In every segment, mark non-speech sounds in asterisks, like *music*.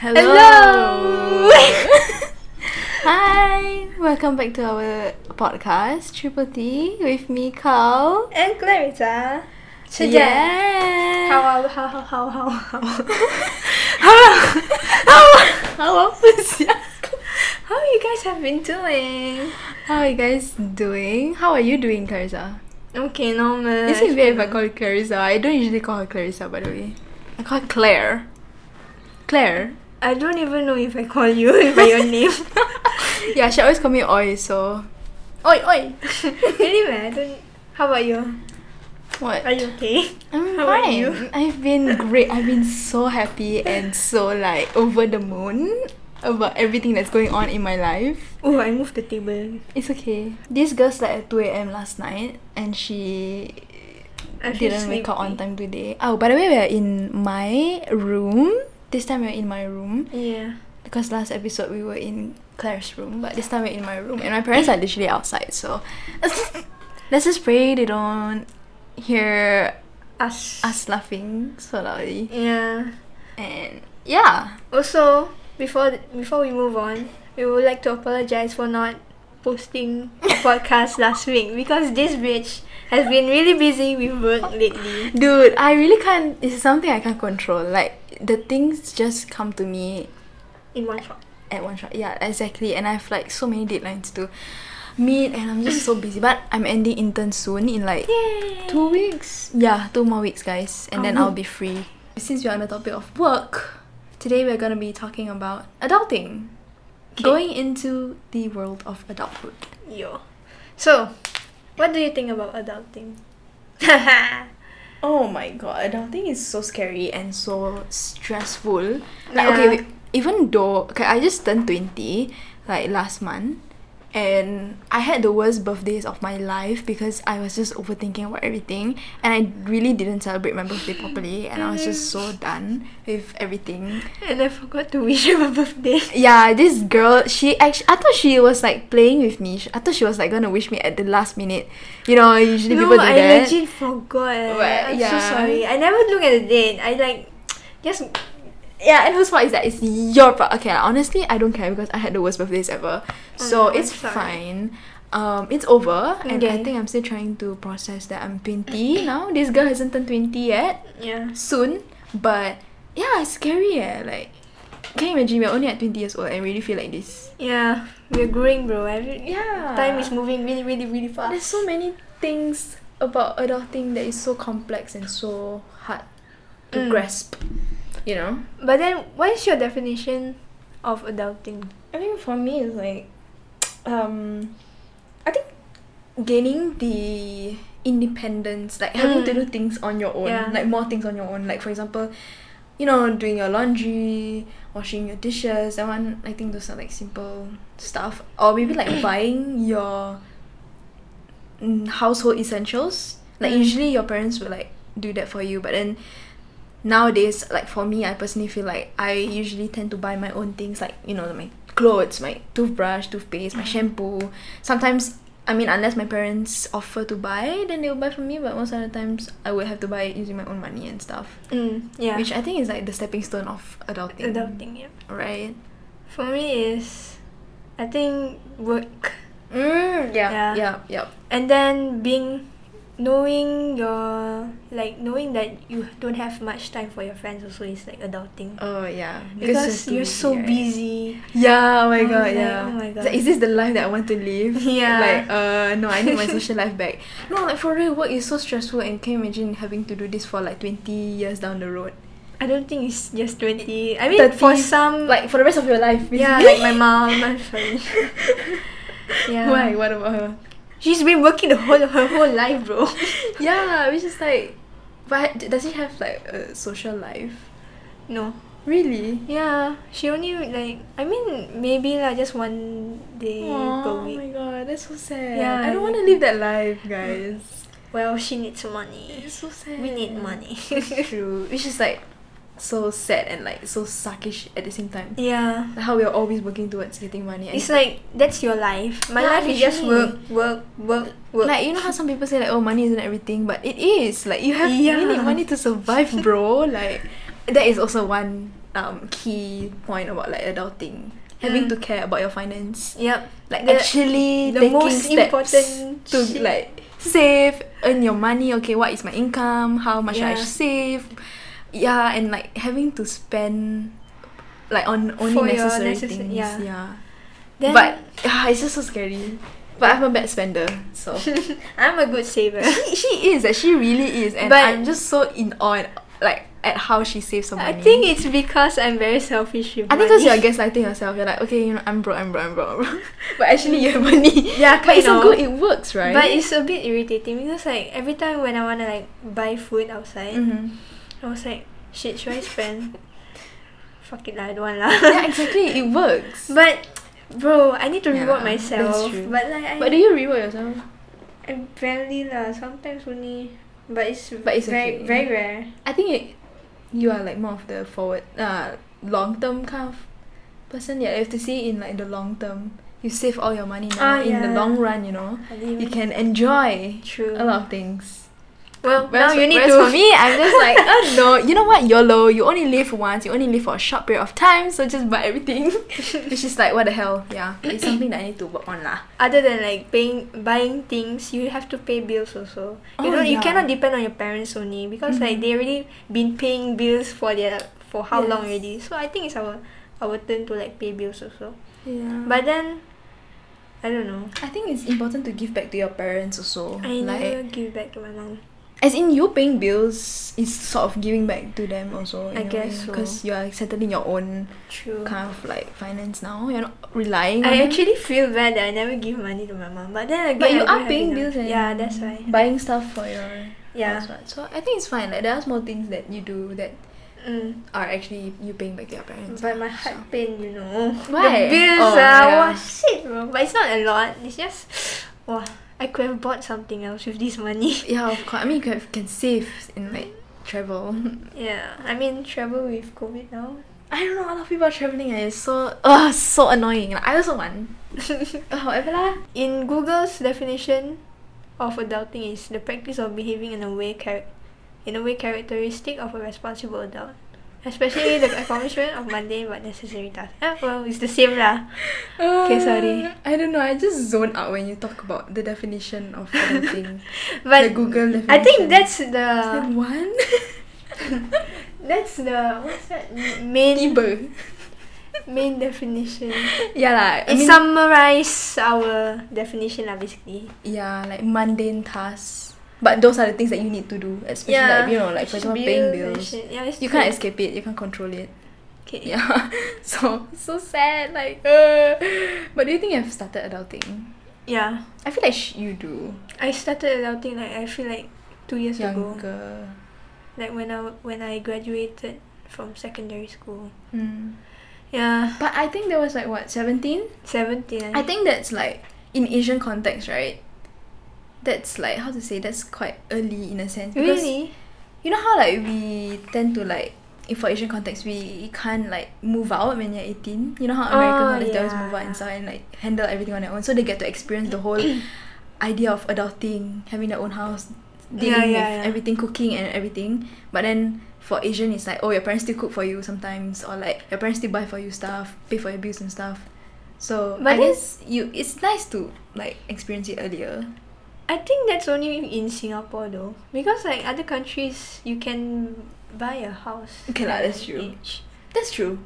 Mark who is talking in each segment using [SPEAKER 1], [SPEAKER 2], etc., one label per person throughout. [SPEAKER 1] Hello.
[SPEAKER 2] *laughs*
[SPEAKER 1] Hi. Welcome back to our podcast Triple T with me, Carl.
[SPEAKER 2] and Clarita.
[SPEAKER 1] Yeah. *laughs*
[SPEAKER 2] *laughs* 好啊，好好好好好，好了，好，
[SPEAKER 1] Hello. *laughs* How
[SPEAKER 2] how you guys have been doing?
[SPEAKER 1] are you guys doing? How are you doing, Clarissa?
[SPEAKER 2] Okay, normal.
[SPEAKER 1] Is it weird if I call you Clarissa? I don't usually call her Clarissa, by the way. I call her Claire. Claire.
[SPEAKER 2] I don't even know if I call you *laughs* by your *laughs* name.
[SPEAKER 1] *laughs* Yeah, she always call me Oi, so. Oi, Oi.
[SPEAKER 2] *laughs* anyway, I don't. How about you?
[SPEAKER 1] What?
[SPEAKER 2] Are you okay?
[SPEAKER 1] I'm
[SPEAKER 2] How about
[SPEAKER 1] fine.
[SPEAKER 2] you?
[SPEAKER 1] I've been great. I've been so happy and so like over the moon about everything that's going on in my life.
[SPEAKER 2] Oh, I moved the table.
[SPEAKER 1] It's okay. This girl slept at 2 a.m. last night and she
[SPEAKER 2] I feel
[SPEAKER 1] didn't wake up on
[SPEAKER 2] sleepy.
[SPEAKER 1] time today. Oh, by the way, we're in my room. This time we're in my room
[SPEAKER 2] Yeah.
[SPEAKER 1] because last episode we were in Claire's room, but this time we're in my room and my parents are literally outside. So *laughs* let's just pray they don't hear
[SPEAKER 2] Us.
[SPEAKER 1] us laughing so loudly.
[SPEAKER 2] Yeah.
[SPEAKER 1] And yeah,
[SPEAKER 2] Also, before before we move on, we would like to apologize for not posting a podcast last week because this bitch has been really busy with work lately.
[SPEAKER 1] dude, I really can't. It's something I can't control. Like the things just come to me
[SPEAKER 2] In one shot.
[SPEAKER 1] at one shot. Yeah, exactly. And I've like so many deadlines to meet, and I'm just so busy. But I'm ending intern soon in like
[SPEAKER 2] Yay!
[SPEAKER 1] two weeks. Yeah, two more weeks, guys, and then
[SPEAKER 2] Oh.
[SPEAKER 1] I'll be free. Since we're on the topic of work, today we're gonna be talking about adulting, going into the world of adulthood.
[SPEAKER 2] Yo. So, what do you think about adulting? *laughs*
[SPEAKER 1] Oh my god, adulting is so scary and so stressful. Like
[SPEAKER 2] Yeah.
[SPEAKER 1] okay, wait, even though okay, I just turned twenty like last month, and I had the worst birthdays of my life because I was just overthinking about everything, and I really didn't celebrate my birthday properly, and I was just so done with everything.
[SPEAKER 2] and I forgot to wish you a birthday.
[SPEAKER 1] Yeah, this girl, she actually, I thought she was like playing with me. I thought she was like gonna wish me at the last minute. You know, usually
[SPEAKER 2] no,
[SPEAKER 1] people do
[SPEAKER 2] I
[SPEAKER 1] that.
[SPEAKER 2] legit forgot.
[SPEAKER 1] Well,
[SPEAKER 2] I'm
[SPEAKER 1] yeah.
[SPEAKER 2] so sorry. I never look at the date. I like just
[SPEAKER 1] Yeah, and whose fault is that? It's your fault. Okay, like, honestly, I don't care because I had the worst birthdays ever, so
[SPEAKER 2] no, Oh, I'm
[SPEAKER 1] it's
[SPEAKER 2] sorry.
[SPEAKER 1] fine. Um, it's over, and I
[SPEAKER 2] Okay.
[SPEAKER 1] think I'm still trying to process that I'm 20 now. This girl hasn't turned 20 yet.
[SPEAKER 2] yeah.
[SPEAKER 1] Soon, but yeah, it's scary. Eh. Like, can you imagine? We're only at 20 years old and really feel like this.
[SPEAKER 2] Yeah, we're growing, bro. Every
[SPEAKER 1] Yeah,
[SPEAKER 2] time is moving really, really, really fast.
[SPEAKER 1] There's so many things about adulting that is so complex and so hard to
[SPEAKER 2] Mm.
[SPEAKER 1] grasp. You know.
[SPEAKER 2] But then, what is your definition of adulting?
[SPEAKER 1] I think for me it's like um I think gaining the independence, like having to do
[SPEAKER 2] Mm.
[SPEAKER 1] things on your own.
[SPEAKER 2] Yeah.
[SPEAKER 1] Like more things on your own. Like for example, you know, doing your laundry, washing your dishes, that one I think those are like simple stuff. Or maybe
[SPEAKER 2] *coughs*
[SPEAKER 1] like buying your mm, household essentials. Like
[SPEAKER 2] Mm.
[SPEAKER 1] usually your parents will like do that for you, but then nowadays, like for me, I personally feel like I usually tend to buy my own things, like you know, my clothes, my toothbrush, toothpaste,
[SPEAKER 2] Mm.
[SPEAKER 1] my shampoo. Sometimes, I mean, unless my parents offer to buy, then they will buy for me. But most of the times, I would have to buy it using my own money and stuff,
[SPEAKER 2] Mm, yeah,
[SPEAKER 1] which I think is like the stepping stone of adulting.
[SPEAKER 2] adulting. Yeah,
[SPEAKER 1] right?
[SPEAKER 2] for me is, I think work,
[SPEAKER 1] Mm, yeah,
[SPEAKER 2] Yeah.
[SPEAKER 1] yeah, yeah,
[SPEAKER 2] and then being, knowing your like knowing that you don't have much time for your friends also is like adulting.
[SPEAKER 1] Oh yeah,
[SPEAKER 2] because
[SPEAKER 1] too
[SPEAKER 2] you're so
[SPEAKER 1] right?
[SPEAKER 2] busy.
[SPEAKER 1] Yeah, oh my
[SPEAKER 2] I was
[SPEAKER 1] god,
[SPEAKER 2] like,
[SPEAKER 1] yeah.
[SPEAKER 2] oh my
[SPEAKER 1] It's like,
[SPEAKER 2] god.
[SPEAKER 1] is this the life that I want to live?
[SPEAKER 2] *laughs* Yeah.
[SPEAKER 1] Like, uh, no, I need
[SPEAKER 2] *laughs*
[SPEAKER 1] my social life back. No, like for real, work is so stressful, and can you imagine having to do this for like twenty years down the road?
[SPEAKER 2] I don't think it's just twenty. I mean,
[SPEAKER 1] 30,
[SPEAKER 2] for some,
[SPEAKER 1] Like for the rest of your life.
[SPEAKER 2] Mm.
[SPEAKER 1] *laughs*
[SPEAKER 2] yeah, like
[SPEAKER 1] basically.
[SPEAKER 2] my mom. I'm
[SPEAKER 1] *laughs*
[SPEAKER 2] sorry. Yeah.
[SPEAKER 1] Why? What about her?
[SPEAKER 2] She's been working the whole her whole life, bro.
[SPEAKER 1] Yeah, which is like, but does she have like a social life?
[SPEAKER 2] No.
[SPEAKER 1] Really?
[SPEAKER 2] Yeah, she only like I mean maybe like just one day per
[SPEAKER 1] oh
[SPEAKER 2] week.
[SPEAKER 1] my god, that's so sad.
[SPEAKER 2] Yeah,
[SPEAKER 1] I don't want to
[SPEAKER 2] exactly.
[SPEAKER 1] live that life, guys.
[SPEAKER 2] Well, she needs money.
[SPEAKER 1] It's so sad.
[SPEAKER 2] We need money.
[SPEAKER 1] *laughs* True, which is like so sad and like so suckish at the same time.
[SPEAKER 2] yeah.
[SPEAKER 1] Like how we're always working towards getting money. And
[SPEAKER 2] It's like that's your life. My
[SPEAKER 1] Yeah,
[SPEAKER 2] life is just work,
[SPEAKER 1] literally.
[SPEAKER 2] work, work, work.
[SPEAKER 1] like you know how some people say like oh money isn't everything, but it is. Like you have you
[SPEAKER 2] Yeah. *laughs*
[SPEAKER 1] need money to survive, bro. like that is also one um key point about like adulting. Having to care about your finance.
[SPEAKER 2] Yep.
[SPEAKER 1] Like
[SPEAKER 2] The-
[SPEAKER 1] actually
[SPEAKER 2] the
[SPEAKER 1] taking
[SPEAKER 2] most
[SPEAKER 1] steps
[SPEAKER 2] important
[SPEAKER 1] to
[SPEAKER 2] shit.
[SPEAKER 1] like save, earn your money, okay, what is my income, how much I
[SPEAKER 2] Yeah.
[SPEAKER 1] save. Yeah, and like having to spend like on only
[SPEAKER 2] For your
[SPEAKER 1] necessary
[SPEAKER 2] necessa-
[SPEAKER 1] things.
[SPEAKER 2] yeah.
[SPEAKER 1] yeah.
[SPEAKER 2] Then
[SPEAKER 1] but ah, *sighs* it's just so scary. But I'm a bad spender, so
[SPEAKER 2] *laughs* I'm a
[SPEAKER 1] *laughs*
[SPEAKER 2] good saver.
[SPEAKER 1] she, she is. eh, She really is, and
[SPEAKER 2] But-
[SPEAKER 1] I'm just so in awe, and, like at how she saves her money.
[SPEAKER 2] I think it's because I'm very selfish. With
[SPEAKER 1] I think *laughs*
[SPEAKER 2] money.
[SPEAKER 1] because you're gaslighting yourself. You're like, okay, you know, I'm broke, I'm broke, I'm broke. I'm broke." *laughs* but actually, you have money. *laughs*
[SPEAKER 2] Yeah,
[SPEAKER 1] but it's
[SPEAKER 2] kind
[SPEAKER 1] so
[SPEAKER 2] of.
[SPEAKER 1] good. It works, right?
[SPEAKER 2] But
[SPEAKER 1] *laughs*
[SPEAKER 2] it's a bit irritating because like every time when I wanna like buy food outside,
[SPEAKER 1] Mhm.
[SPEAKER 2] I was like, shit, should
[SPEAKER 1] *laughs*
[SPEAKER 2] I spend? Fuck it lah, I don't want lah.
[SPEAKER 1] yeah, exactly.
[SPEAKER 2] *laughs*
[SPEAKER 1] It works.
[SPEAKER 2] But bro, I need to reward
[SPEAKER 1] Yeah, that's
[SPEAKER 2] myself.
[SPEAKER 1] true.
[SPEAKER 2] But like I
[SPEAKER 1] But do you reward yourself?
[SPEAKER 2] I barely lah. Sometimes only. But it's
[SPEAKER 1] But it's okay.
[SPEAKER 2] very very rare.
[SPEAKER 1] I think it, you are like more of the forward, uh, long term kind of person. Yeah, you have to see it in like the long term. You save all your money now
[SPEAKER 2] Ah,
[SPEAKER 1] in the
[SPEAKER 2] yeah.
[SPEAKER 1] long run. You know, you can enjoy
[SPEAKER 2] True.
[SPEAKER 1] a lot of things.
[SPEAKER 2] Well,
[SPEAKER 1] Whereas,
[SPEAKER 2] now you need
[SPEAKER 1] whereas *laughs*
[SPEAKER 2] to. *laughs*
[SPEAKER 1] for me, I'm just like, oh no, you know what, YOLO, you only live once, you only live for a short period of time, so just buy *laughs* everything. Which is like, what the hell, yeah. It's something that I need to work on lah.
[SPEAKER 2] Other than like paying buying things, you have to pay bills also. You
[SPEAKER 1] Oh,
[SPEAKER 2] know,
[SPEAKER 1] yeah. Mm-hmm.
[SPEAKER 2] you cannot depend on your parents only because like they already been paying bills for their for how long
[SPEAKER 1] Yes.
[SPEAKER 2] already. So I think it's our our turn to like pay bills also.
[SPEAKER 1] Yeah. But
[SPEAKER 2] But then, I don't know.
[SPEAKER 1] I think it's important to give back to your parents also.
[SPEAKER 2] I never
[SPEAKER 1] like,
[SPEAKER 2] give back to my mom.
[SPEAKER 1] as in you paying bills is sort of giving back to them also.
[SPEAKER 2] I guess so.
[SPEAKER 1] Because you are settling your own
[SPEAKER 2] True.
[SPEAKER 1] kind of like finance now. You're not relying on
[SPEAKER 2] I
[SPEAKER 1] them.
[SPEAKER 2] actually feel bad that I never give money to my mom. But then again,
[SPEAKER 1] But
[SPEAKER 2] I
[SPEAKER 1] you
[SPEAKER 2] don't
[SPEAKER 1] are
[SPEAKER 2] have
[SPEAKER 1] paying
[SPEAKER 2] enough.
[SPEAKER 1] bills and
[SPEAKER 2] Yeah, that's why.
[SPEAKER 1] buying stuff for your
[SPEAKER 2] Yeah.
[SPEAKER 1] house, right? So I think it's fine. Like there are small things that you do that
[SPEAKER 2] Mm.
[SPEAKER 1] are actually you paying back to your parents.
[SPEAKER 2] But my heart pain, you know.
[SPEAKER 1] Why?
[SPEAKER 2] The bills
[SPEAKER 1] Oh,
[SPEAKER 2] oh,
[SPEAKER 1] yeah.
[SPEAKER 2] wow, shit, bro. But it's not a lot. It's just, *sighs* wow, I could have bought something else with this money. *laughs*
[SPEAKER 1] Yeah, of course. I mean, you can, can save in like travel. *laughs*
[SPEAKER 2] yeah, I mean, travel with COVID now. *laughs*
[SPEAKER 1] I don't know. A lot of people are traveling and it's so uh so annoying. Like, I also want. Uh, however lah.
[SPEAKER 2] In Google's definition of adulting is the practice of behaving in a way char- in a way characteristic of a responsible adult. Especially the accomplishment of mundane but necessary tasks. Ah, well, it's the same lah. Okay, sorry.
[SPEAKER 1] I don't know. I just zone out when you talk about the definition of everything.
[SPEAKER 2] But
[SPEAKER 1] The Google
[SPEAKER 2] I think
[SPEAKER 1] definition.
[SPEAKER 2] that's the
[SPEAKER 1] Then one.
[SPEAKER 2] that's the what's that main
[SPEAKER 1] Tiba.
[SPEAKER 2] main definition.
[SPEAKER 1] Yeah lah. I
[SPEAKER 2] It
[SPEAKER 1] mean,
[SPEAKER 2] summarize our definition lah basically.
[SPEAKER 1] yeah, like mundane tasks. But those are the things that you need to do, especially like you know, like for
[SPEAKER 2] Just
[SPEAKER 1] example, paying
[SPEAKER 2] and
[SPEAKER 1] bills.
[SPEAKER 2] shit. Yeah, it's
[SPEAKER 1] You
[SPEAKER 2] true.
[SPEAKER 1] can't escape it. You can't control it.
[SPEAKER 2] Okay.
[SPEAKER 1] Yeah. *laughs* So so sad. Like, *laughs* uh. but do you think you've started adulting?
[SPEAKER 2] Yeah.
[SPEAKER 1] I feel like sh- you do.
[SPEAKER 2] I started adulting like I feel like two years ago.
[SPEAKER 1] Younger.
[SPEAKER 2] Like when I when I graduated from secondary school.
[SPEAKER 1] Mm.
[SPEAKER 2] Yeah.
[SPEAKER 1] But I think there was like what seventeen.
[SPEAKER 2] Seventeen.
[SPEAKER 1] I think that's like in Asian context, right? That's like how to say. That's quite early in a sense. because
[SPEAKER 2] really?
[SPEAKER 1] You know how like we tend to like. If for Asian context, we can't like move out when you're 18. You know how American
[SPEAKER 2] Oh,
[SPEAKER 1] mothers they always move out
[SPEAKER 2] yeah.
[SPEAKER 1] and stuff and like handle everything on their own. So they get to experience the
[SPEAKER 2] *coughs*
[SPEAKER 1] whole idea of adulting, having their own house, dealing
[SPEAKER 2] Yeah, yeah,
[SPEAKER 1] with
[SPEAKER 2] yeah.
[SPEAKER 1] everything, cooking and everything. But then for Asian, it's like, oh, your parents still cook for you sometimes, or like your parents still buy for you stuff, pay for your bills and stuff. So I
[SPEAKER 2] But
[SPEAKER 1] guess you, it's nice to like experience it earlier.
[SPEAKER 2] I think that's only in Singapore though. Because like other countries you can buy a house.
[SPEAKER 1] Okay lah,
[SPEAKER 2] at
[SPEAKER 1] that's
[SPEAKER 2] an
[SPEAKER 1] true.
[SPEAKER 2] age.
[SPEAKER 1] That's true.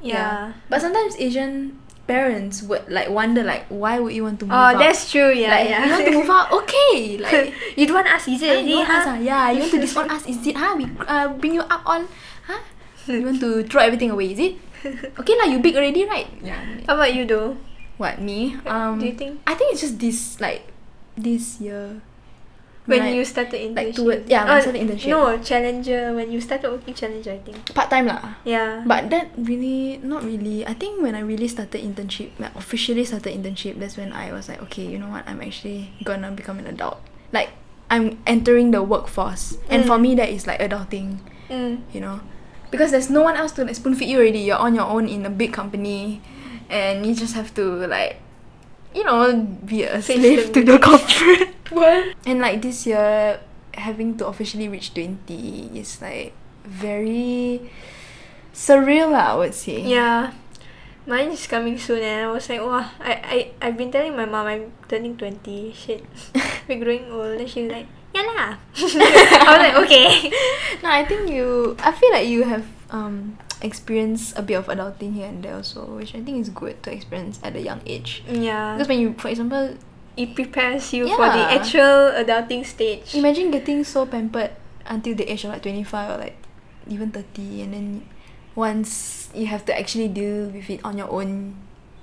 [SPEAKER 2] Yeah.
[SPEAKER 1] But sometimes Asian parents would like wonder like, why would you want to move
[SPEAKER 2] Oh,
[SPEAKER 1] out?
[SPEAKER 2] that's true. Yeah,
[SPEAKER 1] like,
[SPEAKER 2] yeah.
[SPEAKER 1] You want to move
[SPEAKER 2] *laughs*
[SPEAKER 1] out? Okay. Like,
[SPEAKER 2] you don't want us, *laughs* is
[SPEAKER 1] "Ah,
[SPEAKER 2] it? already,
[SPEAKER 1] you want
[SPEAKER 2] huh?
[SPEAKER 1] us, ah? Yeah, you want to disown us? Is it? Huh? We uh, bring you up all? Huh? You want to throw everything away?
[SPEAKER 2] *laughs*
[SPEAKER 1] Is it? Okay lah, you big already, right? Yeah.
[SPEAKER 2] How about you though?
[SPEAKER 1] What me? Um,
[SPEAKER 2] Do you think
[SPEAKER 1] I think it's just this like this year
[SPEAKER 2] when
[SPEAKER 1] I-
[SPEAKER 2] you started internship?
[SPEAKER 1] like toward- yeah, when I
[SPEAKER 2] Oh,
[SPEAKER 1] started internship.
[SPEAKER 2] No, challenger when you started working challenger, I think.
[SPEAKER 1] part time lah.
[SPEAKER 2] Yeah.
[SPEAKER 1] But that really not really. I think when I really started internship, like officially started internship, that's when I was like, okay, you know what? I'm actually gonna become an adult. Like I'm entering the workforce, and
[SPEAKER 2] Mm.
[SPEAKER 1] for me that is like adulting. *laughs*
[SPEAKER 2] Mm.
[SPEAKER 1] you know because there's no one else to like spoon feed you already you're on your own in a big company and you just have to like you know be a
[SPEAKER 2] Face
[SPEAKER 1] slave
[SPEAKER 2] the
[SPEAKER 1] to the corporate
[SPEAKER 2] What?
[SPEAKER 1] and like this year having to officially reach 20 is like very surreal, lah, I would say. *laughs*
[SPEAKER 2] Yeah. *laughs* Mine is coming soon and I was like, wow, I, I, I've been telling my mom I'm turning 20.
[SPEAKER 1] *laughs*
[SPEAKER 2] Shit. We're growing old. And she's like, yeah lah. I was like,
[SPEAKER 1] *laughs*
[SPEAKER 2] okay.
[SPEAKER 1] No, I think you. I feel like you have um experienced a bit of adulting here and there also, which I think is good to experience at a young age.
[SPEAKER 2] Yeah.
[SPEAKER 1] Because when you, for example,
[SPEAKER 2] It prepares you for the
[SPEAKER 1] Yeah.
[SPEAKER 2] actual adulting stage.
[SPEAKER 1] imagine getting so pampered until the age of like twenty five or like even thirty, and then once you have to actually deal with it on your own,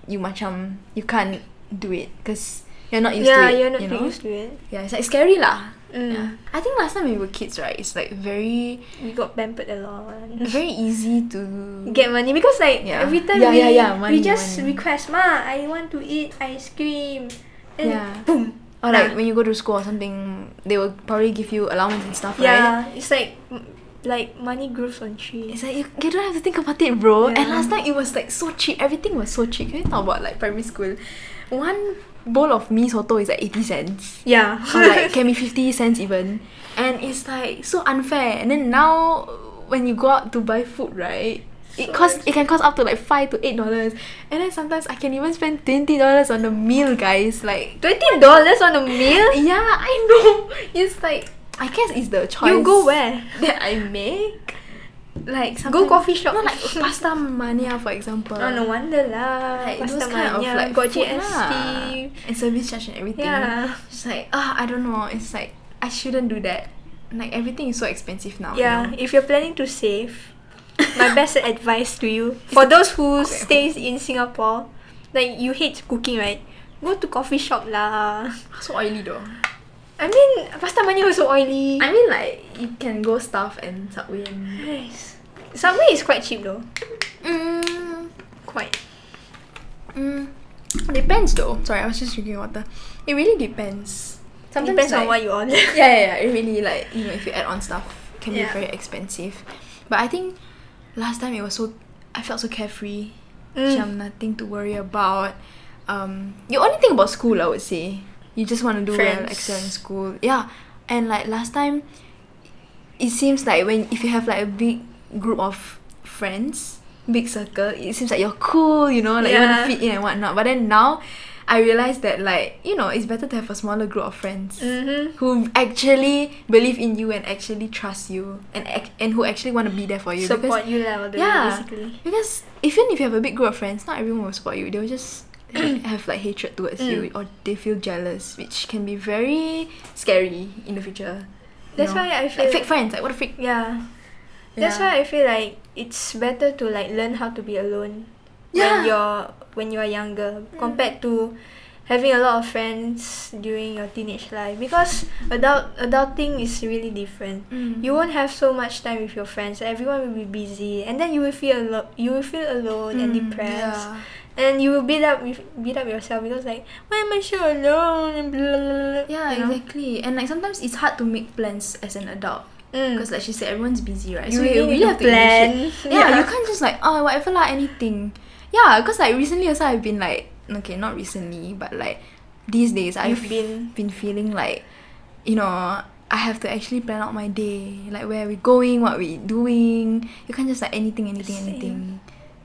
[SPEAKER 1] you macam you can't do it because you're not used to
[SPEAKER 2] yeah,
[SPEAKER 1] it.
[SPEAKER 2] you're not
[SPEAKER 1] you
[SPEAKER 2] too
[SPEAKER 1] know?
[SPEAKER 2] used to it.
[SPEAKER 1] Yeah, it's like scary lah.
[SPEAKER 2] Mm.
[SPEAKER 1] Yeah. I think last time we were kids, right? It's like very,
[SPEAKER 2] We got pampered a lot.
[SPEAKER 1] very easy to
[SPEAKER 2] *laughs* get money because like
[SPEAKER 1] Yeah.
[SPEAKER 2] every time
[SPEAKER 1] Yeah,
[SPEAKER 2] we,
[SPEAKER 1] yeah, yeah, money,
[SPEAKER 2] we just
[SPEAKER 1] money.
[SPEAKER 2] request ma I want to eat ice cream and
[SPEAKER 1] Yeah.
[SPEAKER 2] boom
[SPEAKER 1] Or like
[SPEAKER 2] Nah.
[SPEAKER 1] when you go to school or something, they will probably give you allowance and stuff, right?
[SPEAKER 2] yeah it's like m- like money grows on trees
[SPEAKER 1] It's like you, you don't have to think about it, bro. And
[SPEAKER 2] Yeah.
[SPEAKER 1] last time it was like so cheap. Everything was so cheap. Can you talk about like primary school? One bowl of mee soto is like eighty cents.
[SPEAKER 2] yeah
[SPEAKER 1] Or
[SPEAKER 2] *laughs*
[SPEAKER 1] like can be fifty cents even. And it's like so unfair. And then now when you go out to buy food, right? It
[SPEAKER 2] So
[SPEAKER 1] costs it can cost up to like five to eight dollars. And then sometimes I can even spend twenty dollars on a meal, guys. Like
[SPEAKER 2] *laughs* twenty dollars on a meal
[SPEAKER 1] yeah, I know. It's like I guess it's the choice.
[SPEAKER 2] you go where
[SPEAKER 1] that I make. Like
[SPEAKER 2] go
[SPEAKER 1] sometimes-
[SPEAKER 2] coffee shop
[SPEAKER 1] No, like pasta mania, for example.
[SPEAKER 2] oh *laughs* no wonder lah
[SPEAKER 1] Like
[SPEAKER 2] Pasta
[SPEAKER 1] those kind
[SPEAKER 2] Mania,
[SPEAKER 1] of like
[SPEAKER 2] got
[SPEAKER 1] food
[SPEAKER 2] GST
[SPEAKER 1] lah. and service charge and everything.
[SPEAKER 2] yeah
[SPEAKER 1] It's like ah, I don't know. It's like I shouldn't do that. Like everything is so expensive now. you *laughs*
[SPEAKER 2] yeah
[SPEAKER 1] know?
[SPEAKER 2] if you're planning to save
[SPEAKER 1] *laughs*
[SPEAKER 2] my best advice to you for those who
[SPEAKER 1] cook at
[SPEAKER 2] stays in Singapore, like you hate cooking, right? Go to coffee shop lah.
[SPEAKER 1] so oily though.
[SPEAKER 2] I mean, pasta mania also oily.
[SPEAKER 1] I mean, like you can go stuff and subway. And...
[SPEAKER 2] Nice. Subway is quite cheap though.
[SPEAKER 1] Mm,
[SPEAKER 2] Quite.
[SPEAKER 1] mm, depends though. Sorry, I was just drinking water. It really depends. Sometimes
[SPEAKER 2] Depends on
[SPEAKER 1] like-
[SPEAKER 2] what
[SPEAKER 1] *laughs*
[SPEAKER 2] you order.
[SPEAKER 1] yeah, yeah, yeah. It really like you know if you add on stuff it can
[SPEAKER 2] Yeah.
[SPEAKER 1] be very expensive. But I think last time it was so I felt so carefree.
[SPEAKER 2] Mm.
[SPEAKER 1] Macam nothing to worry about. Um, you only think about school. I would say you just want to do well,
[SPEAKER 2] Friends.
[SPEAKER 1] excel in school. Yeah, and like last time, it seems like when if you have like a big group of friends, big circle, it seems like you're cool. You know, like you want
[SPEAKER 2] Yeah.
[SPEAKER 1] to fit in and whatnot. But then now. I realized that like you know it's better to have a smaller group of friends
[SPEAKER 2] Mm-hmm.
[SPEAKER 1] who actually believe in you and actually trust you and ac- and who actually want to be there for you.
[SPEAKER 2] Support you lah, all
[SPEAKER 1] Because,
[SPEAKER 2] the way,
[SPEAKER 1] yeah,
[SPEAKER 2] basically.
[SPEAKER 1] because even if you have a big group of friends, not everyone will support you. They will
[SPEAKER 2] *clears throat*
[SPEAKER 1] just have like hatred towards you
[SPEAKER 2] Mm.
[SPEAKER 1] or they feel jealous, which can be very scary in the future. you
[SPEAKER 2] That's
[SPEAKER 1] know.
[SPEAKER 2] why I feel
[SPEAKER 1] like fake friends. Like what a freak.
[SPEAKER 2] Yeah. That's
[SPEAKER 1] Yeah.
[SPEAKER 2] why I feel like it's better to like learn how to be alone
[SPEAKER 1] Yeah. Mm.
[SPEAKER 2] when you're when you're younger compared to having a lot of friends during your teenage life because adult adulting is really different.
[SPEAKER 1] Mm.
[SPEAKER 2] You won't have so much time with your friends. Everyone will be busy, and then you will feel alo- you will feel alone and
[SPEAKER 1] Mm,
[SPEAKER 2] depressed,
[SPEAKER 1] yeah.
[SPEAKER 2] and you will beat up with beat up yourself because like why am I so alone and blah blah blah. blah,
[SPEAKER 1] Yeah,
[SPEAKER 2] you know?
[SPEAKER 1] exactly. And like sometimes it's hard to make plans as an adult.
[SPEAKER 2] Mm.
[SPEAKER 1] Because like she said, everyone's busy, right?
[SPEAKER 2] You really need to plan.
[SPEAKER 1] initiate- Yeah,
[SPEAKER 2] Yeah.
[SPEAKER 1] you can't just like oh whatever lah anything. Yeah, because like recently also I've been like okay not recently but like these days I've
[SPEAKER 2] You've been-
[SPEAKER 1] been feeling like you know I have to actually plan out my day like where are we going what we doing you can't just like anything anything
[SPEAKER 2] Same.
[SPEAKER 1] anything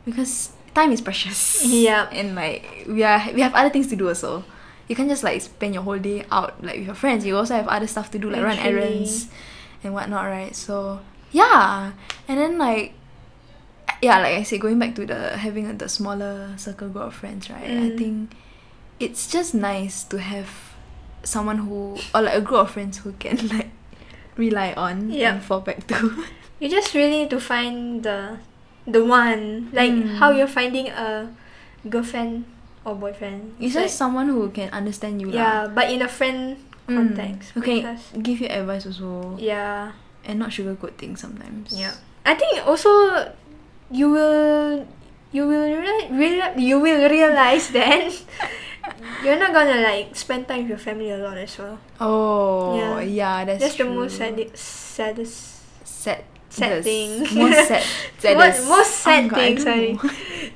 [SPEAKER 1] because time is precious
[SPEAKER 2] Yup.
[SPEAKER 1] and like we are we have other things to do also you can't just like spend your whole day out like with your friends you also have other stuff to do like run
[SPEAKER 2] Literally.
[SPEAKER 1] errands and whatnot, right? So yeah, and then like yeah, like I said, going back to the having a, the smaller circle group of friends, right? I
[SPEAKER 2] Mm.
[SPEAKER 1] think it's just nice to have someone who or like a group of friends who can *laughs* like rely on
[SPEAKER 2] Yep.
[SPEAKER 1] and fall back
[SPEAKER 2] *laughs*
[SPEAKER 1] to.
[SPEAKER 2] You just really need to find the the one like
[SPEAKER 1] Mm.
[SPEAKER 2] how you're finding a girlfriend or boyfriend.
[SPEAKER 1] It's
[SPEAKER 2] like,
[SPEAKER 1] just someone who can understand you, lah.
[SPEAKER 2] yeah, but in a friend
[SPEAKER 1] Mm.
[SPEAKER 2] context.
[SPEAKER 1] Who can
[SPEAKER 2] because-
[SPEAKER 1] give you advice also
[SPEAKER 2] Yeah.
[SPEAKER 1] and not sugarcoat things sometimes.
[SPEAKER 2] Yeah. I think also you will you will reali- reali- you will realize *laughs* then you're not gonna like spend time with your family a lot as well.
[SPEAKER 1] Oh
[SPEAKER 2] Yeah.
[SPEAKER 1] yeah, that's
[SPEAKER 2] That's the
[SPEAKER 1] true.
[SPEAKER 2] most sad saddest
[SPEAKER 1] sad
[SPEAKER 2] sad thing.
[SPEAKER 1] Most sad.
[SPEAKER 2] *laughs* What-
[SPEAKER 1] saddest.
[SPEAKER 2] most
[SPEAKER 1] my
[SPEAKER 2] sad
[SPEAKER 1] God, I
[SPEAKER 2] thing,
[SPEAKER 1] don't
[SPEAKER 2] sorry.
[SPEAKER 1] know.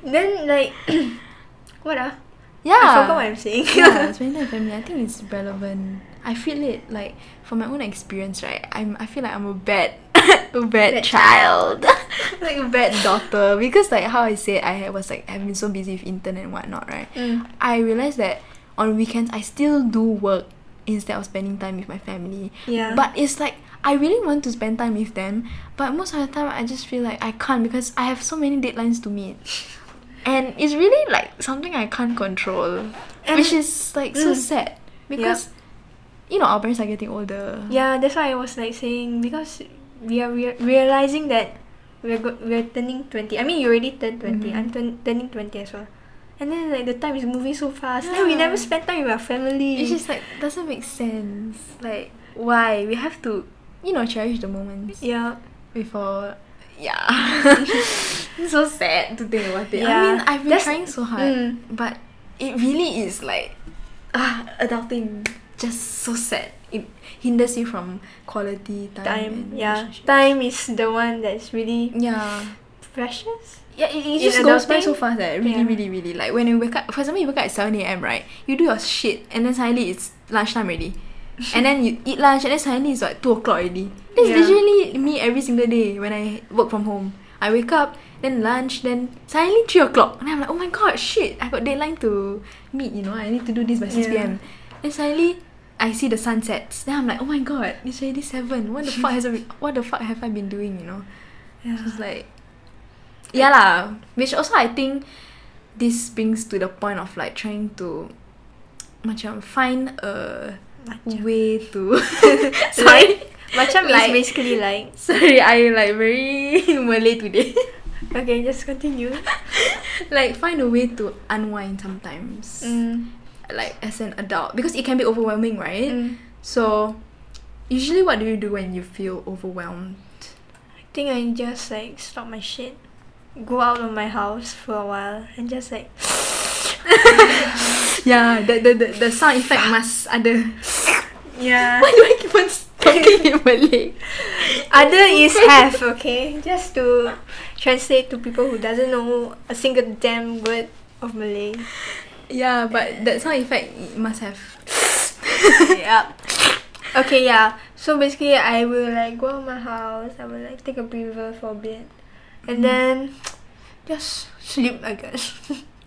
[SPEAKER 2] Then like *coughs* what ah?
[SPEAKER 1] *laughs* Yeah.
[SPEAKER 2] I forgot what I'm saying.
[SPEAKER 1] yeah, spending time with family. I think it's relevant. I feel it like from my own experience, right? I'm I feel like I'm a bad *laughs* a bad,
[SPEAKER 2] Bad
[SPEAKER 1] child. *laughs* like a bad daughter. Because like how I said I had was like I've been so busy with intern and whatnot, right?
[SPEAKER 2] *laughs* Mm.
[SPEAKER 1] I realized that on weekends I still do work instead of spending time with my family.
[SPEAKER 2] Yeah.
[SPEAKER 1] But it's like I really want to spend time with them, but most of the time I just feel like I can't because I have so many deadlines to *laughs* meet. And it's really like something I can't control,
[SPEAKER 2] And-
[SPEAKER 1] which is like so
[SPEAKER 2] Mm.
[SPEAKER 1] sad because you know our parents are getting older.
[SPEAKER 2] Yeah, that's why I was like saying because we are rea- realizing that we're go- we're turning twenty. I mean, you already turned 20
[SPEAKER 1] Mhm.
[SPEAKER 2] I'm turn- turning twenty as well, and then like the time is moving so fast. And we
[SPEAKER 1] Yeah.
[SPEAKER 2] never spend time with our family.
[SPEAKER 1] It's just like doesn't make sense. Like why we have to, you know, cherish the moments
[SPEAKER 2] yeah,
[SPEAKER 1] before. Yeah, it's *laughs* so sad to think about it. I
[SPEAKER 2] Yeah.
[SPEAKER 1] mean, I've been
[SPEAKER 2] That's-
[SPEAKER 1] trying so hard,
[SPEAKER 2] Mm.
[SPEAKER 1] but it really is like ah, adulting just so sad. It hinders you from quality time.
[SPEAKER 2] time.
[SPEAKER 1] and
[SPEAKER 2] Yeah,
[SPEAKER 1] relationship.
[SPEAKER 2] time is the one that's really
[SPEAKER 1] Yeah.
[SPEAKER 2] precious.
[SPEAKER 1] Yeah, it, it
[SPEAKER 2] In
[SPEAKER 1] just goes by
[SPEAKER 2] adulting?
[SPEAKER 1] so fast, eh? really,
[SPEAKER 2] Yeah.
[SPEAKER 1] really, really. Like when you wake up, for example, you wake up at seven a.m. Right, you do your shit, and then suddenly it's lunchtime *laughs* already, and then you eat lunch, and then suddenly it's like two o'clock already. That's
[SPEAKER 2] Yeah.
[SPEAKER 1] literally me every single day when I work from home. I wake up, then lunch, then suddenly three o'clock, and I'm like, oh my god, shit! I got deadline to meet. You know, I need to do this by six
[SPEAKER 2] Yeah.
[SPEAKER 1] p.m. Then suddenly. I see the sunsets. Then I'm like, oh my god, it's already seven. What the fuck has I- what the fuck have I been doing? You know.
[SPEAKER 2] Yeah.
[SPEAKER 1] It's like Yeah lah. Which also I think this brings to the point of like trying to macam find a
[SPEAKER 2] Macam.
[SPEAKER 1] way
[SPEAKER 2] *laughs*
[SPEAKER 1] to *laughs* sorry.
[SPEAKER 2] Macam
[SPEAKER 1] Like-
[SPEAKER 2] is basically like
[SPEAKER 1] Sorry, I like very *laughs* Malay today.
[SPEAKER 2] okay, just continue.
[SPEAKER 1] like find a way to unwind sometimes.
[SPEAKER 2] Mm.
[SPEAKER 1] Like as an adult. Because it can be overwhelming, right?
[SPEAKER 2] Mm.
[SPEAKER 1] So usually what do you do when you feel overwhelmed? *laughs*
[SPEAKER 2] I think I just like stop my shit, go out of my house for a while, and just like
[SPEAKER 1] Yeah, the the, the, the sound effect must ada
[SPEAKER 2] yeah.
[SPEAKER 1] *laughs* Why do I keep on talking in Malay?
[SPEAKER 2] *laughs* Other is have okay, just to translate to people who doesn't know a single damn word
[SPEAKER 1] *laughs*
[SPEAKER 2] of Malay.
[SPEAKER 1] Yeah, but that sound effect it must have.
[SPEAKER 2] yeah. Okay, yeah. So basically, I will like go out of my house. I will like take a breather for a bit,
[SPEAKER 1] Mm-hmm.
[SPEAKER 2] and then just sleep. I
[SPEAKER 1] *laughs*
[SPEAKER 2] guess.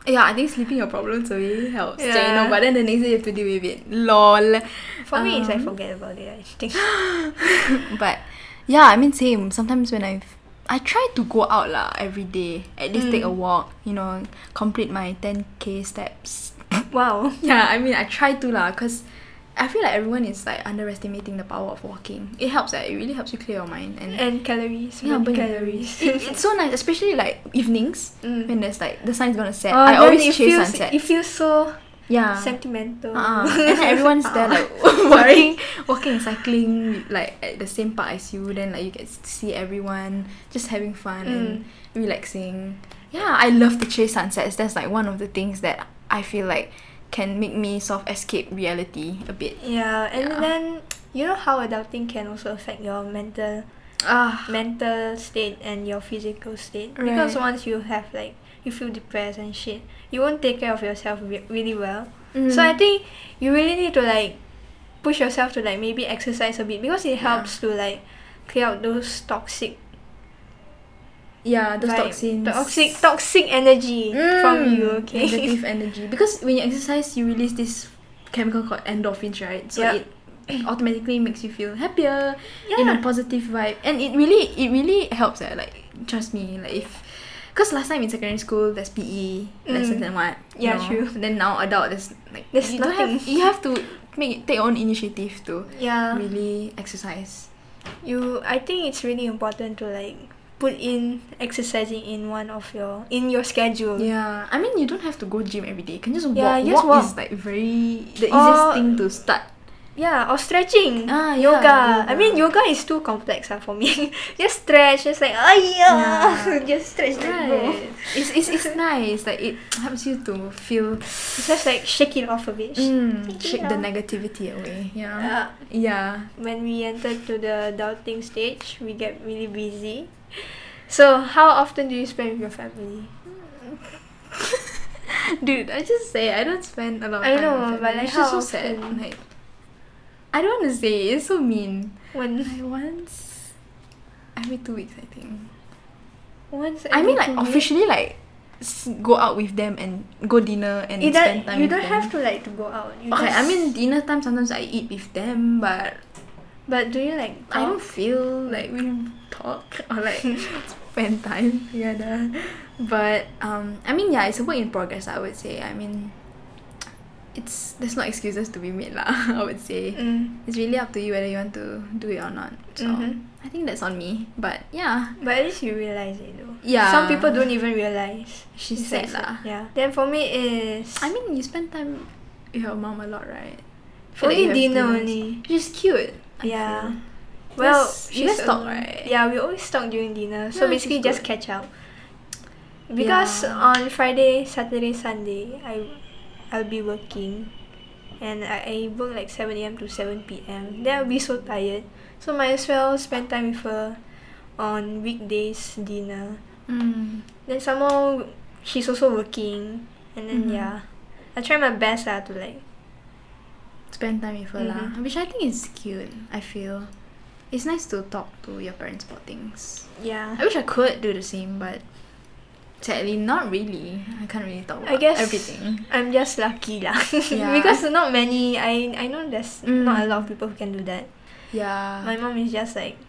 [SPEAKER 1] Yeah, I think sleeping your problems away helps. Yeah. you know,
[SPEAKER 2] Yeah.
[SPEAKER 1] but then the next day you have to deal with it. Lol. *laughs*
[SPEAKER 2] For me, it's I
[SPEAKER 1] Um.
[SPEAKER 2] forget about it. I think. *laughs*
[SPEAKER 1] But yeah, I mean same. Sometimes when I I try to go out lah every day. At least take a
[SPEAKER 2] Mm.
[SPEAKER 1] walk. You know, complete my ten k steps.
[SPEAKER 2] wow.
[SPEAKER 1] Yeah, I mean I try to lah, cause I feel like everyone is like underestimating the power of walking. It helps. Like, it really helps you clear your mind and
[SPEAKER 2] And calories.
[SPEAKER 1] Yeah,
[SPEAKER 2] burn
[SPEAKER 1] burn
[SPEAKER 2] calories.
[SPEAKER 1] It- it's so nice, especially like evenings
[SPEAKER 2] *laughs* Mm.
[SPEAKER 1] when there's like the sun is gonna set.
[SPEAKER 2] Oh,
[SPEAKER 1] I
[SPEAKER 2] then
[SPEAKER 1] always
[SPEAKER 2] it
[SPEAKER 1] chase
[SPEAKER 2] feels,
[SPEAKER 1] sunset.
[SPEAKER 2] It feels so
[SPEAKER 1] yeah.
[SPEAKER 2] sentimental.
[SPEAKER 1] Uh-uh. And then everyone's there
[SPEAKER 2] *laughs*
[SPEAKER 1] like *laughs* walking, walking and cycling like at the same park as you. Then like you get to see everyone just having fun
[SPEAKER 2] Mm.
[SPEAKER 1] and relaxing. Yeah, I love to chase sunsets. That's like one of the things that I feel like can make me sort of escape reality a bit.
[SPEAKER 2] Yeah, and
[SPEAKER 1] Yeah.
[SPEAKER 2] then you know how adulting can also affect
[SPEAKER 1] *sighs*
[SPEAKER 2] your mental
[SPEAKER 1] Ah,
[SPEAKER 2] mental state and your physical state because
[SPEAKER 1] Right.
[SPEAKER 2] once you have like you feel depressed and shit you won't take care of yourself re- really well
[SPEAKER 1] mm.
[SPEAKER 2] so i think you really need to like push yourself to like maybe exercise a bit because it
[SPEAKER 1] Yeah.
[SPEAKER 2] helps to like clear out those toxic
[SPEAKER 1] yeah, Uh, those
[SPEAKER 2] like,
[SPEAKER 1] toxins,
[SPEAKER 2] toxic toxic energy from
[SPEAKER 1] Mm,
[SPEAKER 2] you okay
[SPEAKER 1] *laughs* negative energy because when you exercise you release this chemical called endorphins right so
[SPEAKER 2] Yeah.
[SPEAKER 1] it automatically makes you feel happier
[SPEAKER 2] *laughs* yeah
[SPEAKER 1] in a positive vibe and it really it really helps eh, like trust me like if because last time in secondary school there's PE lessons
[SPEAKER 2] Mm.
[SPEAKER 1] and what you
[SPEAKER 2] Yeah,
[SPEAKER 1] know.
[SPEAKER 2] true.
[SPEAKER 1] then now adult there's like
[SPEAKER 2] There's
[SPEAKER 1] you don't have
[SPEAKER 2] nothing.
[SPEAKER 1] you have to make take your own initiative to
[SPEAKER 2] yeah
[SPEAKER 1] really exercise
[SPEAKER 2] you i think it's really important to like put in exercising in one of your in your schedule
[SPEAKER 1] yeah I mean you don't have to go gym every day you can just walk
[SPEAKER 2] Yeah,
[SPEAKER 1] walk,
[SPEAKER 2] you just walk. Oh.
[SPEAKER 1] is like very the easiest
[SPEAKER 2] Or-
[SPEAKER 1] thing to start
[SPEAKER 2] Yeah, or stretching.
[SPEAKER 1] Ah, yeah,
[SPEAKER 2] yoga. I
[SPEAKER 1] yoga.
[SPEAKER 2] mean, yoga is too complex ah, for me. *laughs* just stretch, just like, oh yeah.
[SPEAKER 1] Yeah.
[SPEAKER 2] *laughs* just stretch that
[SPEAKER 1] Right. It's, it's, it's nice. Like it helps you to feel
[SPEAKER 2] *laughs* Just like shake it off a bit.
[SPEAKER 1] mm, shake the
[SPEAKER 2] Yeah.
[SPEAKER 1] negativity away. Yeah.
[SPEAKER 2] Uh,
[SPEAKER 1] yeah.
[SPEAKER 2] when we enter to the adulting stage, we get really busy. So, how often do you spend with your family?
[SPEAKER 1] Dude, I just say I don't spend a lot of time
[SPEAKER 2] I
[SPEAKER 1] with
[SPEAKER 2] know,
[SPEAKER 1] my
[SPEAKER 2] but,
[SPEAKER 1] family,
[SPEAKER 2] like,
[SPEAKER 1] which
[SPEAKER 2] how
[SPEAKER 1] is so sad.
[SPEAKER 2] often?
[SPEAKER 1] Like, I don't want to say it's so mean.
[SPEAKER 2] When
[SPEAKER 1] Like once every two weeks, I think.
[SPEAKER 2] once
[SPEAKER 1] I mean,
[SPEAKER 2] every
[SPEAKER 1] like
[SPEAKER 2] two weeks-
[SPEAKER 1] officially, like s- go out with them and go dinner and
[SPEAKER 2] It don't-
[SPEAKER 1] spend time.
[SPEAKER 2] you
[SPEAKER 1] with
[SPEAKER 2] don't
[SPEAKER 1] them.
[SPEAKER 2] have to like to go out. You
[SPEAKER 1] Okay,
[SPEAKER 2] just-
[SPEAKER 1] I mean dinner time sometimes I eat with them, but
[SPEAKER 2] but do you like?
[SPEAKER 1] I don't
[SPEAKER 2] talk? Mm.
[SPEAKER 1] feel like we talk *laughs* or
[SPEAKER 2] *laughs*
[SPEAKER 1] like spend time together. But um, I mean, yeah, it's a work in progress. I would say. I mean, it's there's no excuses to be made lah. *laughs* I would say
[SPEAKER 2] Mm.
[SPEAKER 1] it's really up to you whether you want to do it or not. So
[SPEAKER 2] Mhm.
[SPEAKER 1] I think that's on me. But yeah,
[SPEAKER 2] But at least you realize it though.
[SPEAKER 1] Yeah.
[SPEAKER 2] Some people don't even realize.
[SPEAKER 1] she
[SPEAKER 2] It's
[SPEAKER 1] said
[SPEAKER 2] like-
[SPEAKER 1] lah.
[SPEAKER 2] Yeah. Then for me is
[SPEAKER 1] I mean, you spend time with your mom a lot, right? Feel like
[SPEAKER 2] only
[SPEAKER 1] you have
[SPEAKER 2] dinner
[SPEAKER 1] plans.
[SPEAKER 2] only.
[SPEAKER 1] She's cute. I
[SPEAKER 2] Yeah.
[SPEAKER 1] feel.
[SPEAKER 2] Well,
[SPEAKER 1] Yes, you
[SPEAKER 2] she's
[SPEAKER 1] guys talk,
[SPEAKER 2] al-
[SPEAKER 1] right?
[SPEAKER 2] um, Yeah, we always talk during dinner. So
[SPEAKER 1] Yeah,
[SPEAKER 2] basically,
[SPEAKER 1] she's
[SPEAKER 2] just
[SPEAKER 1] good.
[SPEAKER 2] catch up. Because
[SPEAKER 1] Yeah.
[SPEAKER 2] on Friday, Saturday, Sunday, I I'll be working, and I, I work like seven a.m. to seven p.m. Then I'll be so tired. So might as well spend time with her on weekdays dinner.
[SPEAKER 1] Mm.
[SPEAKER 2] Then somehow she's also working, and then
[SPEAKER 1] Mhm.
[SPEAKER 2] yeah, I try my best lah to like
[SPEAKER 1] Spend time with her lah,
[SPEAKER 2] Mhm.
[SPEAKER 1] which I think is cute. I feel it's nice to talk to your parents about things.
[SPEAKER 2] yeah.
[SPEAKER 1] I wish I could do the same, but sadly, not really. I can't really talk about
[SPEAKER 2] I guess
[SPEAKER 1] everything.
[SPEAKER 2] I'm just lucky lah. *laughs*
[SPEAKER 1] Yeah.
[SPEAKER 2] because not many I I know there's
[SPEAKER 1] Mm.
[SPEAKER 2] not a lot of people who can do that.
[SPEAKER 1] Yeah,
[SPEAKER 2] My mom is just like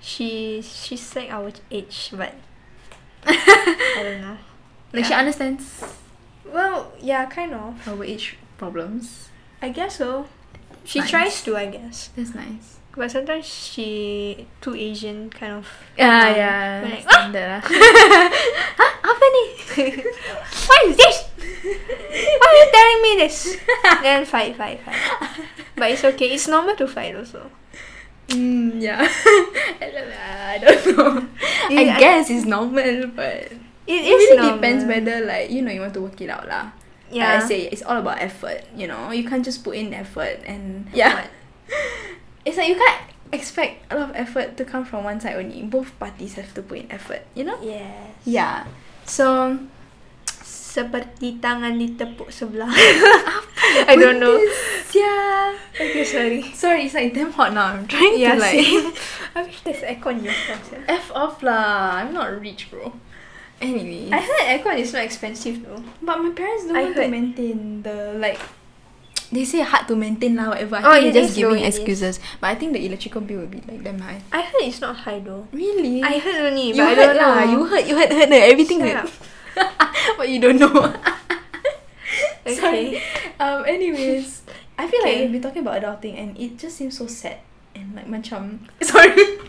[SPEAKER 2] she she's like our age *laughs* but I don't know.
[SPEAKER 1] like she
[SPEAKER 2] yeah.
[SPEAKER 1] understands
[SPEAKER 2] Well, yeah, kind of.
[SPEAKER 1] our age problems.
[SPEAKER 2] I guess so. She
[SPEAKER 1] Nice.
[SPEAKER 2] tries to, I guess.
[SPEAKER 1] That's nice.
[SPEAKER 2] But sometimes she too Asian kind of *laughs*
[SPEAKER 1] Yeah,
[SPEAKER 2] um,
[SPEAKER 1] yeah.
[SPEAKER 2] we're like,
[SPEAKER 1] standard lah. "Ah!" *laughs* huh? Apa
[SPEAKER 2] *laughs*
[SPEAKER 1] ni?
[SPEAKER 2] What is
[SPEAKER 1] *laughs*
[SPEAKER 2] this? Why are you telling me *laughs* this? then fight, fight, fight. But it's okay. It's normal to fight also.
[SPEAKER 1] Mm, yeah. *laughs* I don't know. I don't know.
[SPEAKER 2] Yeah,
[SPEAKER 1] I
[SPEAKER 2] I-
[SPEAKER 1] guess it's normal, but
[SPEAKER 2] It
[SPEAKER 1] it
[SPEAKER 2] is
[SPEAKER 1] really
[SPEAKER 2] normal.
[SPEAKER 1] depends whether like you know you want to work it out lah.
[SPEAKER 2] Yeah.
[SPEAKER 1] Like I say it's all about effort. You know, you can't just put in effort and yeah. *laughs* it's like you can't expect a lot of effort to come from one side only. Both parties have to put in effort. You know.
[SPEAKER 2] Yes.
[SPEAKER 1] Yeah. So
[SPEAKER 2] Seperti tangan ditepuk sebelah. *laughs*
[SPEAKER 1] I
[SPEAKER 2] don't know.
[SPEAKER 1] Yeah.
[SPEAKER 2] okay, sorry.
[SPEAKER 1] Sorry, it's like damn hot now. I'm trying
[SPEAKER 2] Yeah,
[SPEAKER 1] to like.
[SPEAKER 2] same. *laughs* I wish there's aircon in your house.
[SPEAKER 1] *laughs*
[SPEAKER 2] Yeah.
[SPEAKER 1] F off lah. I'm not rich, bro. Anyway.
[SPEAKER 2] I heard aircon is not expensive though.
[SPEAKER 1] But my parents don't
[SPEAKER 2] I
[SPEAKER 1] want to
[SPEAKER 2] heard.
[SPEAKER 1] maintain the like. They say hard to maintain lah, whatever. I
[SPEAKER 2] Oh,
[SPEAKER 1] think
[SPEAKER 2] it
[SPEAKER 1] they're just
[SPEAKER 2] is though,
[SPEAKER 1] giving
[SPEAKER 2] it is.
[SPEAKER 1] excuses. But I think the electrical bill will be like damn high.
[SPEAKER 2] I heard it's not high though.
[SPEAKER 1] Really?
[SPEAKER 2] I heard only,
[SPEAKER 1] you
[SPEAKER 2] but I
[SPEAKER 1] heard
[SPEAKER 2] don't
[SPEAKER 1] lah.
[SPEAKER 2] know.
[SPEAKER 1] You heard. You heard. Heard the everything.
[SPEAKER 2] Shut
[SPEAKER 1] heard. but you don't
[SPEAKER 2] *laughs*
[SPEAKER 1] know. *laughs* Sorry.
[SPEAKER 2] Okay.
[SPEAKER 1] Um. Anyways, I feel
[SPEAKER 2] Okay.
[SPEAKER 1] like we've been talking about adulting, and it just seems so sad and like macam *laughs* sorry.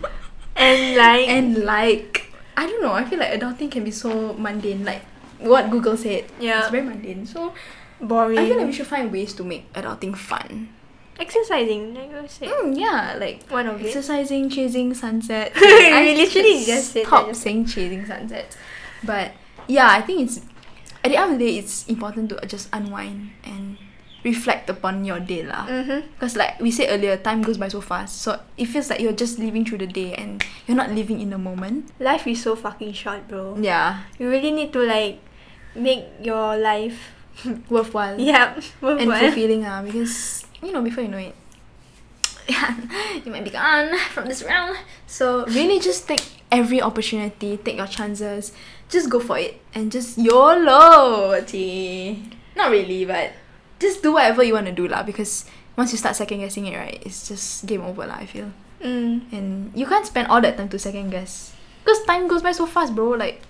[SPEAKER 2] And like
[SPEAKER 1] and like I don't know. I feel like adulting can be so mundane. Like what Google said.
[SPEAKER 2] Yeah.
[SPEAKER 1] It's very mundane. So
[SPEAKER 2] boring.
[SPEAKER 1] I feel like we should find ways to make adulting fun.
[SPEAKER 2] exercising. Like I said,
[SPEAKER 1] Mm, yeah, like
[SPEAKER 2] one of it.
[SPEAKER 1] exercising, chasing
[SPEAKER 2] *laughs*
[SPEAKER 1] sunset.
[SPEAKER 2] We literally
[SPEAKER 1] should
[SPEAKER 2] just said that
[SPEAKER 1] stop
[SPEAKER 2] just-
[SPEAKER 1] saying chasing sunsets, but yeah, I think it's at the end of the day, it's important to just unwind and reflect upon your day lah.
[SPEAKER 2] Mhm.
[SPEAKER 1] Because like we said earlier, time goes by so fast, so it feels like you're just living through the day and you're not living in the moment.
[SPEAKER 2] Life is so fucking short, bro.
[SPEAKER 1] Yeah,
[SPEAKER 2] You really need to like make your life.
[SPEAKER 1] worthwhile.
[SPEAKER 2] *laughs* Yeah.
[SPEAKER 1] and
[SPEAKER 2] worthwhile.
[SPEAKER 1] fulfilling ah because you know before you know it *laughs* you might be gone from this round so really just take every opportunity take your chances just go for it and just YOLO T. not really but just do whatever you want to do lah because once you start second guessing it right it's just game over lah I feel
[SPEAKER 2] Mm.
[SPEAKER 1] and you can't spend all that time to second guess because time goes by so fast bro like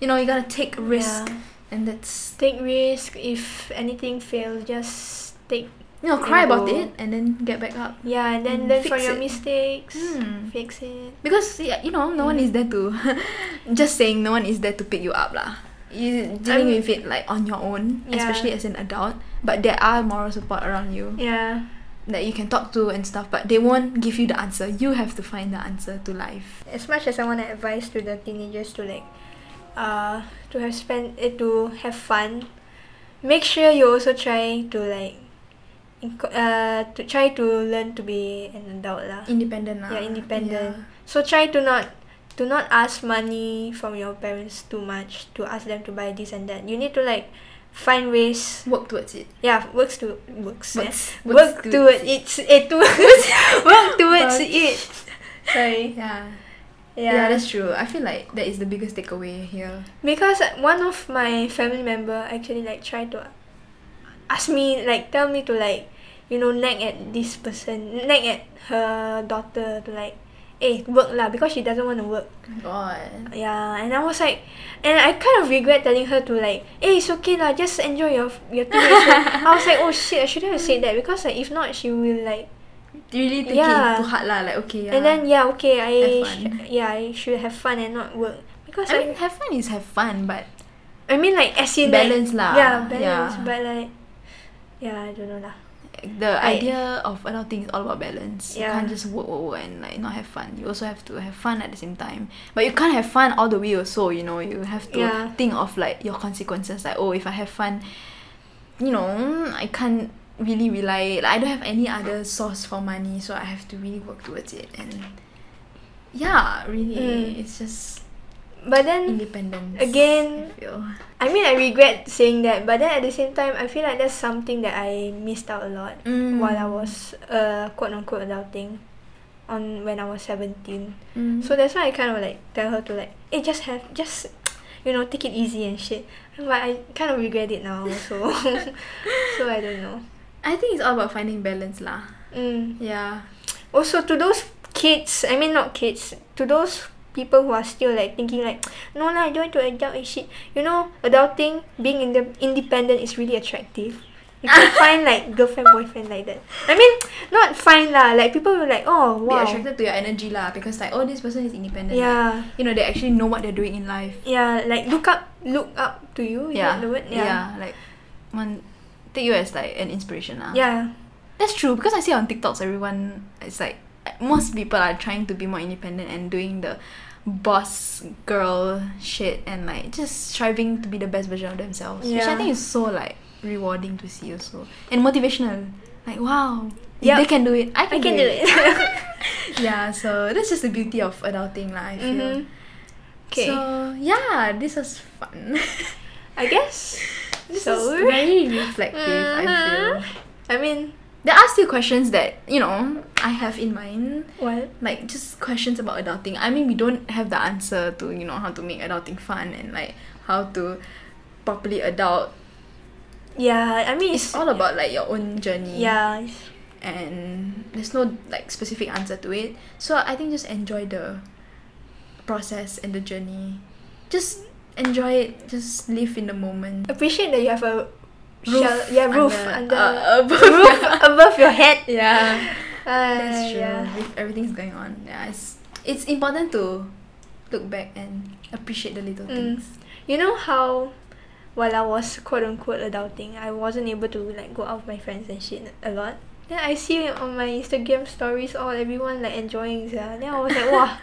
[SPEAKER 1] you know you gotta take risk
[SPEAKER 2] Yeah.
[SPEAKER 1] and that's
[SPEAKER 2] Take risk. If anything fails, just take.
[SPEAKER 1] you know cry about
[SPEAKER 2] Go.
[SPEAKER 1] it and then get back up
[SPEAKER 2] Yeah, and then
[SPEAKER 1] Mm,
[SPEAKER 2] learn
[SPEAKER 1] fix
[SPEAKER 2] from your
[SPEAKER 1] it.
[SPEAKER 2] mistakes.
[SPEAKER 1] Mm.
[SPEAKER 2] Fix it.
[SPEAKER 1] Because yeah, you know, no one is there to. *laughs* just saying, no one is there to pick you up, lah. You dealing
[SPEAKER 2] I'm-
[SPEAKER 1] with it like on your own,
[SPEAKER 2] Yeah.
[SPEAKER 1] especially as an adult. But there are moral support around you
[SPEAKER 2] Yeah.
[SPEAKER 1] that you can talk to and stuff. But they won't give you the answer. You have to find the answer to life.
[SPEAKER 2] As much as I want to advise to the teenagers to like, uh, to have spent it to have fun, make sure you also try to like, inco- uh, to try to learn to be an adult lah.
[SPEAKER 1] Independent, lah.
[SPEAKER 2] yeah, independent.
[SPEAKER 1] Yeah.
[SPEAKER 2] So try to not do not ask money from your parents too much to ask them to buy this and that. You need to like find ways.
[SPEAKER 1] Work towards it.
[SPEAKER 2] Yeah, works to works. yeah.
[SPEAKER 1] Works- *laughs* works
[SPEAKER 2] Work towards
[SPEAKER 1] towards
[SPEAKER 2] it. Eh, *laughs* towards
[SPEAKER 1] *laughs*
[SPEAKER 2] work towards
[SPEAKER 1] Works.
[SPEAKER 2] it. Sorry.
[SPEAKER 1] Yeah.
[SPEAKER 2] Yeah.
[SPEAKER 1] yeah. that's true. I feel like that is the biggest takeaway here.
[SPEAKER 2] because one of my family member actually like tried to ask me like tell me to like you know nag at this person nag at her daughter to like eh work lah because she doesn't want to work
[SPEAKER 1] God.
[SPEAKER 2] yeah and I was like and I kind of regret telling her to like eh it's okay lah just enjoy your your two days
[SPEAKER 1] *laughs*
[SPEAKER 2] work." I was like oh shit I shouldn't have said that because like if not she will like
[SPEAKER 1] Really take
[SPEAKER 2] Yeah.
[SPEAKER 1] it to heart lah. Like okay. Yeah.
[SPEAKER 2] and then yeah okay I
[SPEAKER 1] Have fun.
[SPEAKER 2] sh- yeah I should have fun and not work because
[SPEAKER 1] I mean,
[SPEAKER 2] I
[SPEAKER 1] have fun is have fun, but
[SPEAKER 2] I mean like as in
[SPEAKER 1] Balance
[SPEAKER 2] like,
[SPEAKER 1] lah.
[SPEAKER 2] Yeah, balance.
[SPEAKER 1] Yeah.
[SPEAKER 2] But like yeah, I don't know lah.
[SPEAKER 1] the
[SPEAKER 2] I-
[SPEAKER 1] idea of adulting is all about balance.
[SPEAKER 2] Yeah.
[SPEAKER 1] You can't just work, work, work, and like not have fun. You also have to have fun at the same time. But you can't have fun all the way also. You know, you have to
[SPEAKER 2] Yeah.
[SPEAKER 1] think of like your consequences. Like oh, if I have fun, you know, I can't really rely. Like, I don't have any other source for money, so I have to really work towards it. And yeah, really,
[SPEAKER 2] Mm.
[SPEAKER 1] it's just
[SPEAKER 2] But then
[SPEAKER 1] independence I
[SPEAKER 2] again,
[SPEAKER 1] feel.
[SPEAKER 2] I mean I regret saying that, but then at the same time I feel like that's something that I missed out a lot
[SPEAKER 1] Mm.
[SPEAKER 2] while I was uh quote unquote adulting on when I was seventeen.
[SPEAKER 1] Mm.
[SPEAKER 2] So that's why I kind of like tell her to like eh just have just you know, take it easy and shit. But I kind of regret it now so *laughs* so I don't know.
[SPEAKER 1] I think it's all about finding balance lah.
[SPEAKER 2] Mm.
[SPEAKER 1] Yeah.
[SPEAKER 2] also to those kids i mean not kids to those people who are still like thinking like no lah i don't want to adult and shit you know adulting being in independent is really attractive you
[SPEAKER 1] *laughs*
[SPEAKER 2] can find like girlfriend boyfriend like that i mean not find lah like people will like oh wow
[SPEAKER 1] Be attracted to your energy lah because like oh this person is independent. Like,
[SPEAKER 2] yeah
[SPEAKER 1] you know they actually know what they're doing in life.
[SPEAKER 2] yeah like look up look up to you Oh, is that the word?
[SPEAKER 1] yeah. Like one take you as like an inspiration lah.
[SPEAKER 2] yeah
[SPEAKER 1] That's true because I see on TikToks everyone it's like most people are trying to be more independent and doing the boss girl shit and like just striving to be the best version of themselves. Which I
[SPEAKER 2] Yeah.
[SPEAKER 1] think is so like rewarding to see also. And motivational. Like wow. if
[SPEAKER 2] Yep.
[SPEAKER 1] They can do it. I
[SPEAKER 2] i
[SPEAKER 1] can,
[SPEAKER 2] can do it
[SPEAKER 1] *laughs*
[SPEAKER 2] *laughs*
[SPEAKER 1] yeah, so that's just the beauty of adulting lah, I feel.
[SPEAKER 2] Mhm. okay
[SPEAKER 1] So yeah, this was fun. *laughs*
[SPEAKER 2] i guess
[SPEAKER 1] this
[SPEAKER 2] so
[SPEAKER 1] is Uh-huh. very *laughs* reflective. I
[SPEAKER 2] Mhm.
[SPEAKER 1] feel
[SPEAKER 2] i mean
[SPEAKER 1] there are still questions that you know I have in mind,
[SPEAKER 2] what
[SPEAKER 1] like just questions about adulting. I mean, we don't have the answer to you know how to make adulting fun and like how to properly adult.
[SPEAKER 2] yeah i mean
[SPEAKER 1] It's all about like your own journey.
[SPEAKER 2] yeah it's-
[SPEAKER 1] and there's no like specific answer to it. So I think just enjoy the process and the journey. Just enjoy it. Just live in the moment.
[SPEAKER 2] appreciate that you have a
[SPEAKER 1] Roof
[SPEAKER 2] shell- yeah, roof under,
[SPEAKER 1] uh,
[SPEAKER 2] *laughs*
[SPEAKER 1] above.
[SPEAKER 2] roof above your head.
[SPEAKER 1] yeah,
[SPEAKER 2] Uh,
[SPEAKER 1] that's true.
[SPEAKER 2] Yeah.
[SPEAKER 1] With everything's going on, yeah, it's it's important to look back and appreciate the little
[SPEAKER 2] Mm.
[SPEAKER 1] things.
[SPEAKER 2] You know how while I was quote unquote adulting, I wasn't able to like go out with my friends and shit a lot. Then I see on my Instagram stories all everyone like enjoying yeah. Then I was
[SPEAKER 1] *laughs*
[SPEAKER 2] like, wow,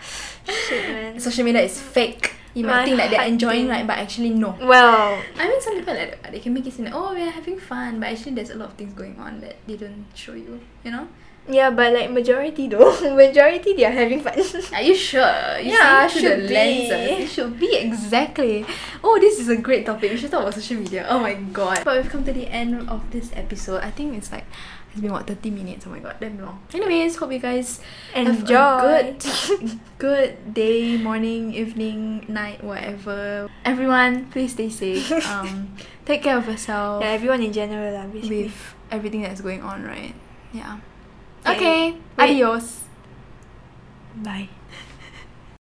[SPEAKER 2] shit man.
[SPEAKER 1] Social media is fake. You might
[SPEAKER 2] My
[SPEAKER 1] think that they're
[SPEAKER 2] heart
[SPEAKER 1] enjoying, right?
[SPEAKER 2] thing.
[SPEAKER 1] But actually, no.
[SPEAKER 2] well,
[SPEAKER 1] I mean, some people like that, they can make it seem like oh we're having fun, but actually there's a lot of things going on that they don't show you. You know?
[SPEAKER 2] yeah, but like majority though, *laughs* majority they are
[SPEAKER 1] *laughs*
[SPEAKER 2] having fun.
[SPEAKER 1] Are you sure? You
[SPEAKER 2] Yeah,
[SPEAKER 1] see through the
[SPEAKER 2] should be.
[SPEAKER 1] lenses. It should be exactly. Oh, this is a great topic. We should talk about social media. Oh my god. But we've come to the end of this episode. I think it's like it's been what thirty minutes. Oh my god, damn long. Anyways, hope you guys
[SPEAKER 2] Enjoy.
[SPEAKER 1] Have a good, good day, morning, evening, night, whatever. Everyone, please stay
[SPEAKER 2] *laughs*
[SPEAKER 1] safe. Um, take care of yourself
[SPEAKER 2] *laughs* yeah, everyone in general lah, basically.
[SPEAKER 1] with everything that's going on, right? Yeah.
[SPEAKER 2] Yeah.
[SPEAKER 1] Okay.
[SPEAKER 2] Wait.
[SPEAKER 1] Adios.
[SPEAKER 2] Bye.